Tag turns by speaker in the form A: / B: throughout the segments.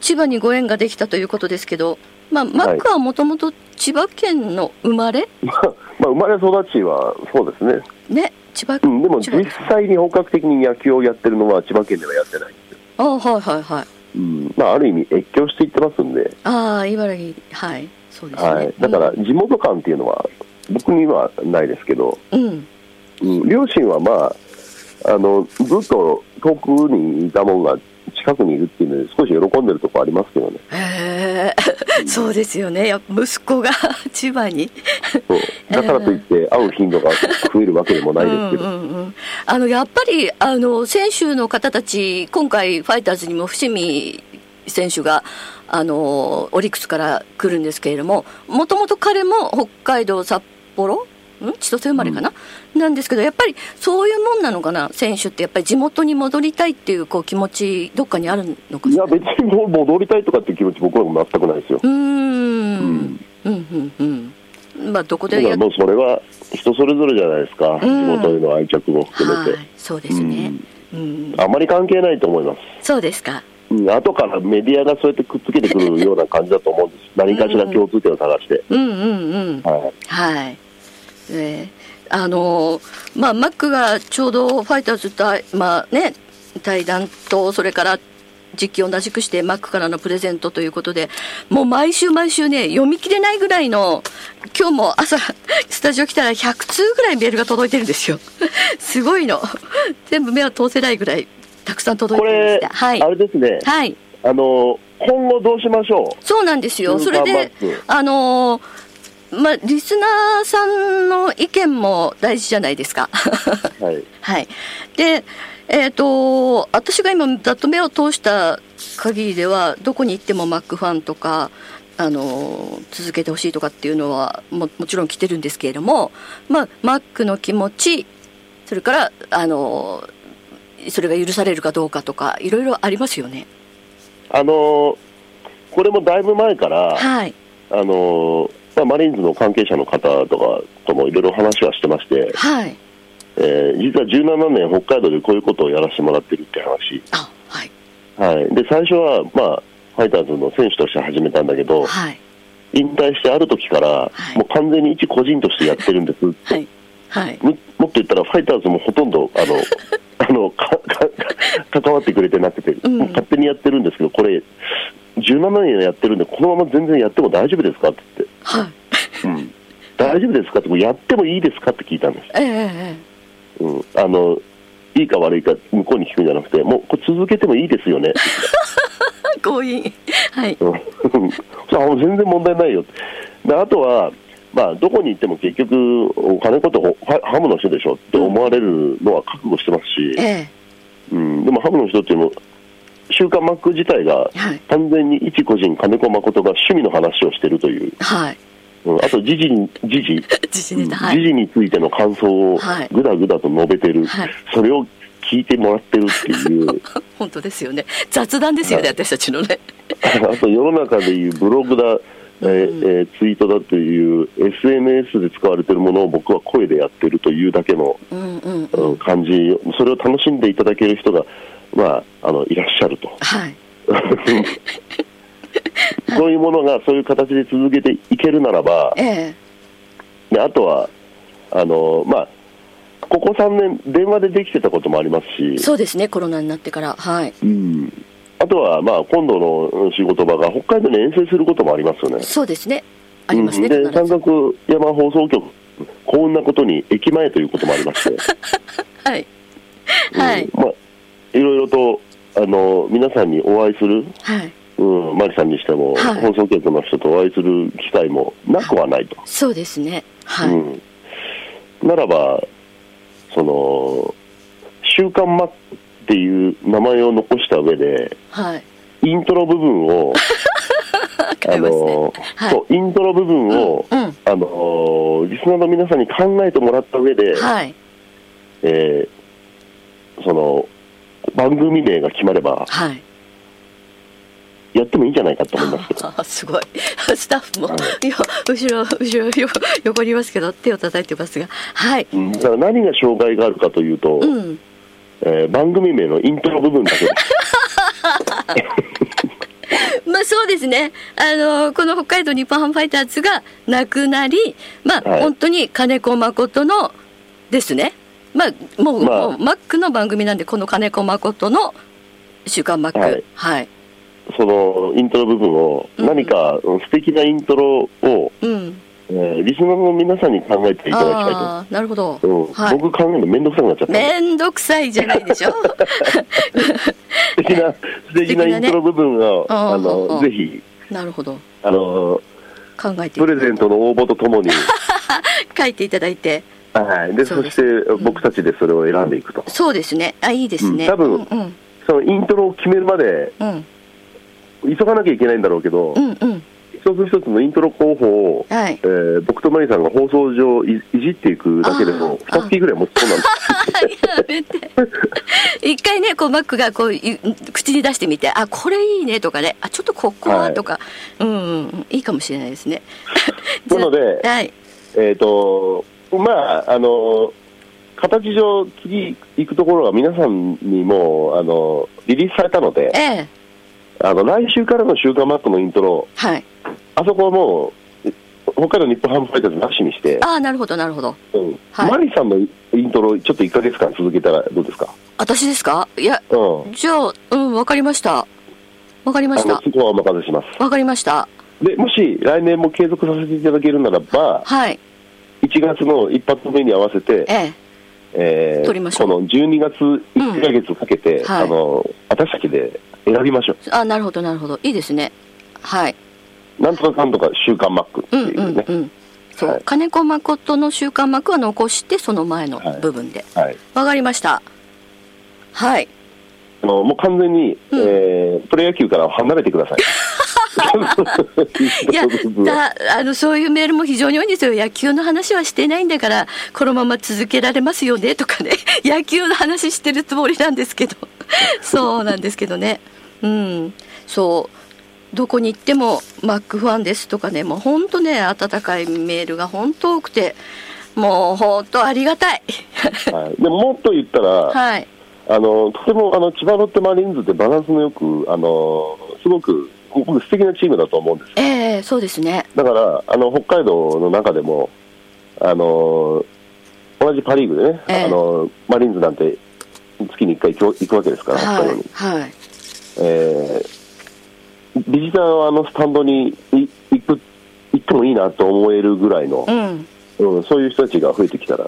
A: 千葉にご縁ができたということですけど、まあ、マックはもともと千葉県の生まれ、
B: まあ、生まれ育ちはそうですね、
A: ね、千葉
B: う
A: 県。
B: ん、でも
A: 千葉
B: 実
A: です
B: 際に本格的に野球をやってるのは千葉県ではやってないんですよ、
A: ああ、はいはいはい。
B: うんまあ、ある意味、越境していってますんで。
A: ああ、茨城、はい。そうですね。
B: はい、だから地元感っていうのは、僕にはないですけど、
A: うん、うん。
B: うん両親はまああの、ずっと遠くにいたもんが近くにいるっていうので、少し喜んでるとこありますけどね、
A: へえ、 そうですよね。やっぱ息子が 千葉に。
B: そうだからといって、会う頻度が増えるわけでもないですけ
A: う
B: ど、
A: んうんうん、あのやっぱりあの選手の方たち、今回、ファイターズにも伏見選手があのオリックスから来るんですけれども、もともと彼も北海道、札幌、ん千歳生まれかな、なんですけど、やっぱりそういうもんなのかな、選手って、やっぱり地元に戻りたいっていうこう気持ち、どっかにあるのか
B: い
A: し
B: や、
A: ら。
B: 別にもう戻りたいとかっていう気持ち、僕らも全くないですよ。
A: うーん
B: ん
A: うんうんうんまあどこ
B: だ
A: で
B: か
A: やっ
B: らもうそれは人それぞれじゃないですか、地
A: ん
B: 元への愛着も含め
A: は
B: て
A: い、そうですね、うん、
B: あまり関係ないと思います。
A: そうですか。
B: うん後からメディアがそうやってくっつけてくるような感じだと思うんです、何かしら共通点を探して。
A: うんうんうん。
B: はい
A: はい。えーあのーまあマックがちょうどファイターズ対まあね対談とそれから実況を同じくしてマックからのプレゼントということでもう毎週毎週ね読み切れないぐらいの今日も朝スタジオ来たら100通ぐらいメールが届いてるんですよ すごいの 全部目は通せないぐらいたくさん届い
B: こ
A: てるんで
B: れ、
A: すはい
B: あれですね、
A: はい
B: あの今後どうしましょ
A: そうなんですよ。
B: ス
A: そ
B: ー
A: れ
B: パー
A: で
B: マック、
A: あのーまあ、リスナーさんの意見も大事じゃないです か。
B: う、はい、
A: はい。で、えっ、と、私が今、ざっと目を通した限りでは、どこに行ってもマックファンとか、あの、続けてほしいとかっていうのはも、もちろん来てるんですけれども、まあ、マックの気持ち、それから、あの、それが許されるかどうかとか、いろいろありますよね。
B: あのこれもだいぶ前から、
A: はい。
B: あのまあ、マリーンズの関係者の方とかともいろいろ話はしてまして、
A: はい。
B: えー実は17年、北海道でこういうことをやらせてもらってるって話、
A: あ、はい。
B: はい、で最初は、まあ、ファイターズの選手として始めたんだけど、
A: はい。
B: 引退してある時から、
A: い
B: もう完全に一個人としてやってるんです
A: はい。はい。
B: ももっと言ったら、ファイターズもほとんど、あの、あのかか関わってくれてなくて、
A: うん
B: もう勝手にやってるんですけど、これ、17年やってるんで、このまま全然やっても大丈夫ですかって言っ
A: はい。
B: て、うん、大丈夫ですかって、これやってもいいですかって聞いたんです、
A: えええ
B: うん、あのいいか悪いか、向こうに聞くんじゃなくて、もうこれ続けてもいいですよね、
A: え。 強引。はい。
B: うんそうあ全然問題ないよであとは、まあ、どこに行っても結局、お金のことをハハムの人でしょって思われるのは覚悟してますし、
A: え
B: うん、でもハムの人っていうのは、週刊マック自体が
A: はい
B: 完全に一個人、金子誠が趣味の話をしてるという、
A: えはい。
B: うん、あと時事に、時事、
A: 自信
B: うん
A: ネタ、はい。
B: 時事についての感想を
A: はい
B: ぐだぐだと述べてる、
A: はい
B: それを聞いてもらってるっていう、
A: 本当ですよね。雑談ですよね、
B: は
A: 私たちのね。
B: あと世の中でいうブログだ、えーえーツイートだという SNS で使われてるものを僕は声でやってるというだけの、
A: うんうん。
B: うん、感じ、それを楽しんでいただける人が、まあ、あのいらっしゃると。
A: はい。
B: そういうものがそういう形で続けていけるならば、
A: ええ
B: であとはあの、まあ、ここ3年、電話でできてたこともありますし、
A: そうですね、コロナになってから。はい。
B: うんあとは、まあ、今度の仕事場が北海道に遠征することもありますよね。
A: そうですね。ありますね、
B: うんで
A: 必
B: 山
A: ず。
B: 岳山放送局、幸運なことに駅前ということもありまして、
A: はい。 はい。
B: うんまあ、いろいろとあの皆さんにお会いする、
A: はい。
B: うん、マリさんにしても、
A: はい
B: 放送局の人とお会いする機会もなくはないと。
A: そうですね。はい。
B: うん、ならば、その、週刊マックっていう名前を残した上で、
A: はい。
B: イントロ部 分を、
A: 変えますねはい
B: そう、イントロ部分を、
A: うんうん
B: あのーリスナーの皆さんに考えてもらった上で、
A: はい。
B: えーその、番組名が決まれば、
A: はい。
B: やってもいいんじゃないかと思いますけど。
A: あすごい。 スタッフも、いや後ろ、後ろ、横横にいますけど、手を叩いてますが。はい。
B: うんだから何が障害があるかというと、
A: うん。
B: えー番組名のイントロ部分だけです。
A: まあそうですね。あの、この北海道日本ハムファイターズがなくなり、まあ、
B: はい
A: 本当に金子誠のですね。まあ、もう、
B: まあ
A: もうマックの番組なんで、この金子誠の週刊マック。は
B: はいい。そのイントロ部分を、
A: うん
B: 何かうん素敵なイントロを、
A: うん。
B: えーリスナーの皆さんに考えていただきた
A: ああー、なるほど。
B: いと。うん
A: はい。
B: 僕考えるのめんどくさくなっちゃった。
A: めんどくさいじゃないで しょ。
B: 素 敵な、素敵な
A: 素敵
B: イ
A: な
B: ン
A: ね
B: トロ部分を、
A: あー
B: あ
A: あ
B: の、
A: ー
B: ぜひ、
A: なるほど。
B: あの、
A: 考えて
B: プレゼントの応募とと もに、
A: 書いていただいて。
B: はい。で、
A: そう
B: そ
A: で
B: し
A: す
B: て僕たちでそれを選んでいくと。
A: そうですね。あ、いいですね。
B: うん多分
A: うんうん。
B: そのイントロを決めるまで、
A: うん。
B: 急がなきゃいけないんだろうけど
A: う、ん。うん。
B: 一つ一つのイントロ候補を、
A: はい
B: え。ー僕とマリさんが放送上いいじっていくだけでも、
A: あー
B: 2月ぐらい持ちそうなんです。
A: やめて一回ねこうマックがこうい口に出してみてあこれいいねとかねあちょっとここ
B: は
A: はいとか、うんうんうんいいかもしれないですね
B: なので
A: じゃあはい
B: えっ、と、まあ、あの、形上、次行くところが皆さんにもう、あの、リリースされたので
A: え、え
B: あの、来週からの週刊マックのイントロ、
A: はい
B: あそこはもう、北海道日本ハムファイターズなしにして、
A: ああなるほどなるほど
B: うん
A: はい
B: マリさんのイントロ、ちょっと1ヶ月間続けたらどうですか
A: 私ですかいや
B: うん。
A: じゃあうんわかりましたわかりま
B: あ
A: し
B: の、
A: た
B: そこはお任せします。
A: わかりました
B: で、もし来年も継続させていただけるならば、
A: はい
B: 1月の一発目に合わせて、
A: ええ
B: えー
A: 撮りましょう
B: この12月1ヶ月をかけて、
A: うんはい
B: あの私たちで選びましょ
A: あなるほどなるほどいいですねはい、
B: う。なんとかかんとか週刊マックって
A: うん
B: いううんね。
A: うんそう、
B: はい
A: 金子誠の週刊幕は残してその前の部分で、
B: はい。
A: わかりました。はい。
B: あのもう完全に、
A: うん
B: えープロ野球から離れてください。
A: い や、だあの、そういうメールも非常に多いんですよ。野球の話はしてないんだから、このまま続けられますよね、と かね。野球の話してるつもりなんですけど。 そうなんですけどね。うん。そう。どこに行っても、マックファンですとかね、もう本当ね、温かいメールが本当多くて、もう本当ありがたい。
B: はい、でももっと言ったら、
A: はい。
B: あのとてもあの千葉ロッテマリーンズってバランスのよく、あのすごく僕素敵なチームだと思うんです。
A: ええそうですね。
B: だからあの北海道の中でも、あの同じパ・リーグでね、
A: ええ
B: あのマリーンズなんて月に1回行く行くわけですから、北海道
A: は
B: に
A: い。はい。
B: えービジターはあのスタンドにい行く行ってもいいなと思えるぐらいの
A: う、ん。
B: うんそういう人たちが増えてきたら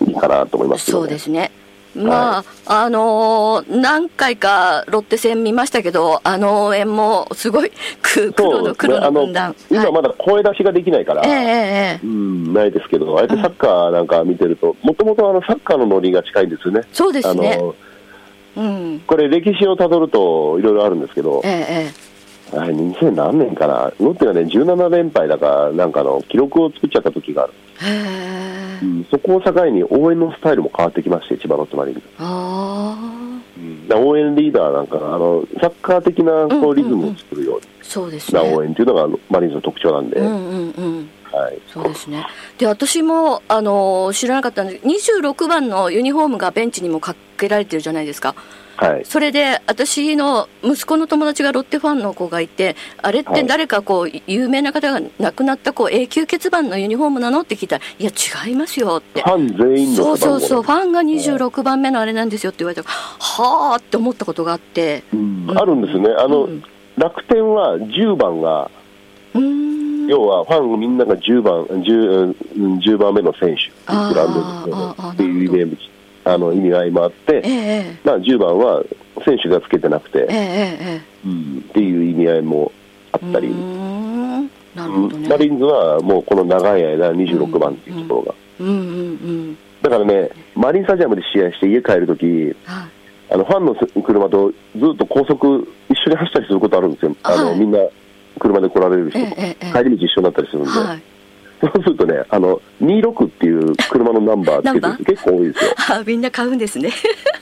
B: いいかなと思いますけ
A: そ
B: ど
A: う
B: ね、
A: ですね。まあ、あのー何回かロッテ戦見ましたけど、あの応援もすごい、く黒
B: そう
A: の、
B: ですね
A: 黒
B: あ
A: の
B: の
A: 分断。
B: 今
A: はい
B: まだ声出しができないから、
A: ええええええ
B: うん、ないですけど、あえてサッカーなんか見てると、もともとあのサッカーのノリが近いんですよね。
A: そうですね
B: あの
A: うん。
B: これ、歴史をたどるといろいろあるんですけど、
A: ええええ
B: あれ2000何年かな、ロッテがね、17連敗だかなんかの記録を作っちゃった時がある、
A: へえ
B: うんそこを境に応援のスタイルも変わってきまして、千葉ロッテマリーンズ
A: ああ、
B: だから応援リーダーなんかがあのサッカー的な
A: うんうん
B: こ
A: う
B: うんリズムを作るよう
A: そうです
B: な
A: ね。
B: 応援っていうのがあのマリーンズの特徴なんで、
A: うんうんうん。
B: はい、
A: そうですね。で、私も、あのー知らなかったんです26番のユニフォームがベンチにもかけられてるじゃないですか。
B: はい、
A: それで私の息子の友達がロッテファンの子がいてあれって誰かこう有名な方が亡くなったこう永久欠番のユニフォームなのって聞いたらいや違いますよって
B: ファン全員
A: そ
B: の
A: う
B: 背番
A: そ
B: 号
A: うそうフ
B: う
A: ァンが26番目のあれなんですよって言われたらはあって思ったことがあって
B: んあるんですよね、あの
A: うん
B: 楽天は10番が、
A: うーん
B: 要はファンみんなが10番 10, うん10番目の選手っていうブランドです
A: あーあーあー
B: ねっていうイメージあの意味合いもあっ
A: え
B: て、
A: え
B: まあ、10番は選手がつけてなく
A: えええ
B: て、
A: え
B: うんっていう意味合いもあ
A: ええ
B: ったり。
A: うーんなる
B: う
A: ほど
B: ん
A: ね
B: マリーンズはもうこの長い間26番っていうところが、
A: うんうんうん
B: だからねマリンスタジアムで試合して家帰るとき
A: はい
B: あのファンの車とずっと高速一緒に走ったりすることあるんですよあの、
A: はい
B: みんな車で来られる人と、
A: ええええ
B: 帰り道一緒になったりするんで、
A: はい
B: そうするとねあの26っていう車のナンバー
A: ナ
B: つけて
A: ン
B: る
A: バー
B: 人結構多いですよ
A: あみんな買うんですね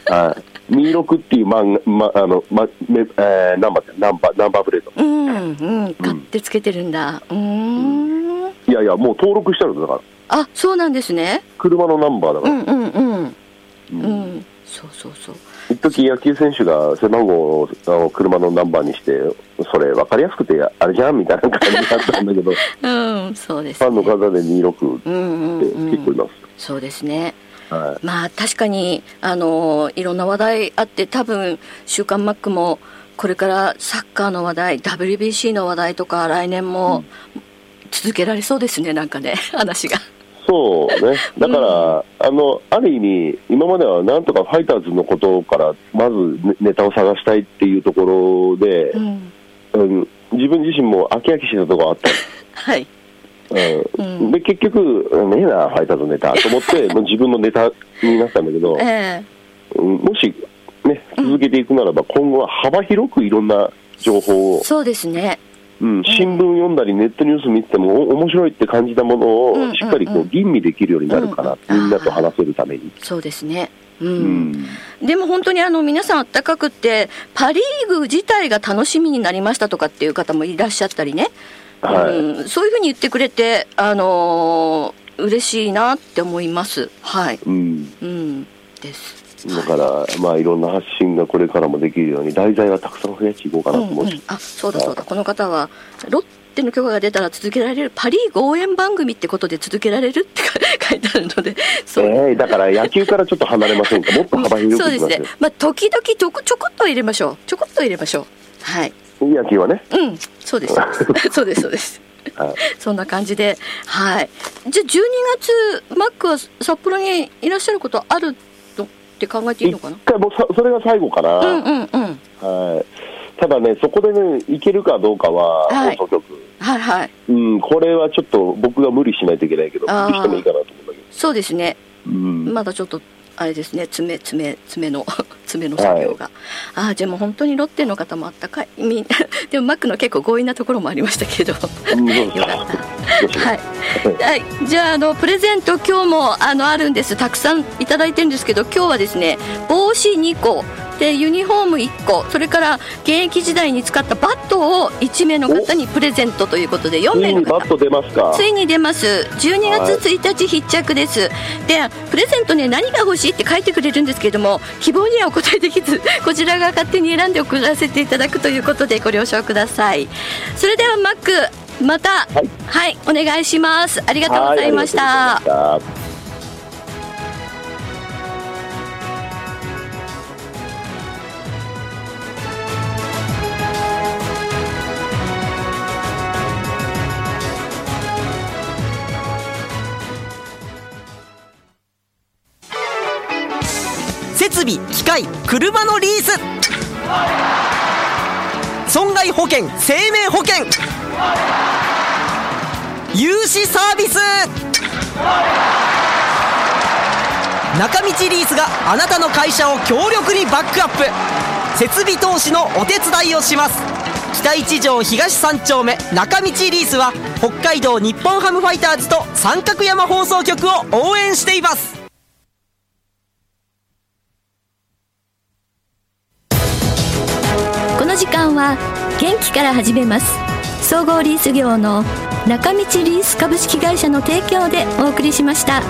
B: はい26っていうマン、まあのまめえーナンバーってナンバーナンバープレート
A: うんうん買ってつけてるんだうーん
B: いやいやもう登録してあるんだから
A: あそうなんですね。
B: 車のナンバーだか
A: う
B: ら、
A: んうんうん。
B: うん
A: うん。そうそうそう。
B: 一時野球選手が背番号をあの車のナンバーにして、それ分かりやすくて、あれじゃんみたいな感じだったんだけ ど、フ
A: うん、そうです、
B: ァ
A: ね。
B: ンの方で26っ
A: うんうん
B: て
A: う
B: 結構い
A: ん。
B: ます。
A: そうですね。
B: はい
A: まあ確かにあのいろんな話題あって多分週刊マックもこれからサッカーの話題、WBC の話題とか来年も続けられそうですね。なんかね 話が。
B: そうね、だから、あのある意味、今まではなんとかファイターズのことから、まずねネタを探したいっていうところで
A: う、ん。
B: うん自分自身も飽き飽きしてたところあった
A: はい。
B: の、うん
A: うん
B: で結局、ねえな、ファイターズのネタと思って、もう自分のネタになったんだけど。
A: ええ
B: うんもし、ね、続けていくならば、今後は幅広くいろんな情報を、
A: そうですね。
B: うん、新聞読んだり、ネットニュース見てても、お面白いって感じたもの
A: うんうんうん
B: をしっかりこう吟味できるようになるかな、
A: うんうん
B: みんなと話せるために。
A: そうですね。
B: う
A: うん
B: ん
A: でも本当にあの皆さんあったかくってパ・リーグ自体が楽しみになりましたとかっていう方もいらっしゃったりね、
B: はい
A: うん、そういうふうに言ってくれて、あのー嬉しいなって思います。はい、
B: うん
A: うん、です。
B: だから、まあ、いろんな発信がこれからもできるように、題材はたくさん増やしていこうかな
A: う
B: と
A: ん
B: 思
A: う
B: うし、
A: ん、あそうだそうだ、この方はロッテの許可が出たら続けられるパ・リーグ応援番組ってことで続けられるって書いてあるので、そう
B: えーだから野球からちょっと離れませんか、もっと幅広
A: そう
B: くい
A: で
B: きますす
A: ね
B: よ、、
A: まあ、時々ちょこちょこっと入れましょう、ちょこっと入れましょう。はい
B: 野球はね、
A: うん、そうです、そうですそうです、そうです。
B: はい
A: そんな感じで、はい。じゃあ12月、マックは札幌にいらっしゃることあるのって考えていいの
B: 一
A: かな
B: 回もうさ、それが最後かな。
A: うんうんうん。
B: はい、ただね、そこでね、いけるかどうかは、
A: はい
B: 放送局、
A: はいはい。
B: うん、これはちょっと僕が無理しないといけないけど、
A: あー
B: 無理してもいいかなと思うんだけど、
A: そうですね。
B: うん
A: まだちょっと、あれですね、爪、爪、爪の、 爪の作業が。ああ、じゃあもう本当にロッテの方もあったかい。みんな、でもマックの結構強引なところもありましたけど。
B: うんそうそう
A: よかった
B: どうしよう
A: はい、はい、じゃああのプレゼント今日もあのあるんですたくさんいただいてるんですけど今日はですね帽子2個でユニフォーム1個それから現役時代に使ったバットを1名の方にプレゼントということで4
B: つ
A: 名
B: い
A: の
B: にバッ
A: 方
B: ト出ますか
A: つ、いに出ます12月1日必着ですでプレゼントね何が欲しいって書いてくれるんですけれども希望にはお答えできず こちらが勝手に選んで送らせていただくということでご了承くださいそれではマックまた
B: はい
A: はい、お願いしますありがとうご
B: は
A: ざいまし
B: あ
A: た
B: りがとうございました。
C: セ設備機械車のリース損害保険生命保険融資サービス中道リースがあなたの会社を強力にバックアップ設備投資のお手伝いをします北一条東三丁目中道リースは北海道日本ハムファイターズと三角山放送局を応援しています
A: この時間は元気から始めます総合リース業の中道リース株式会社の提供でお送りしました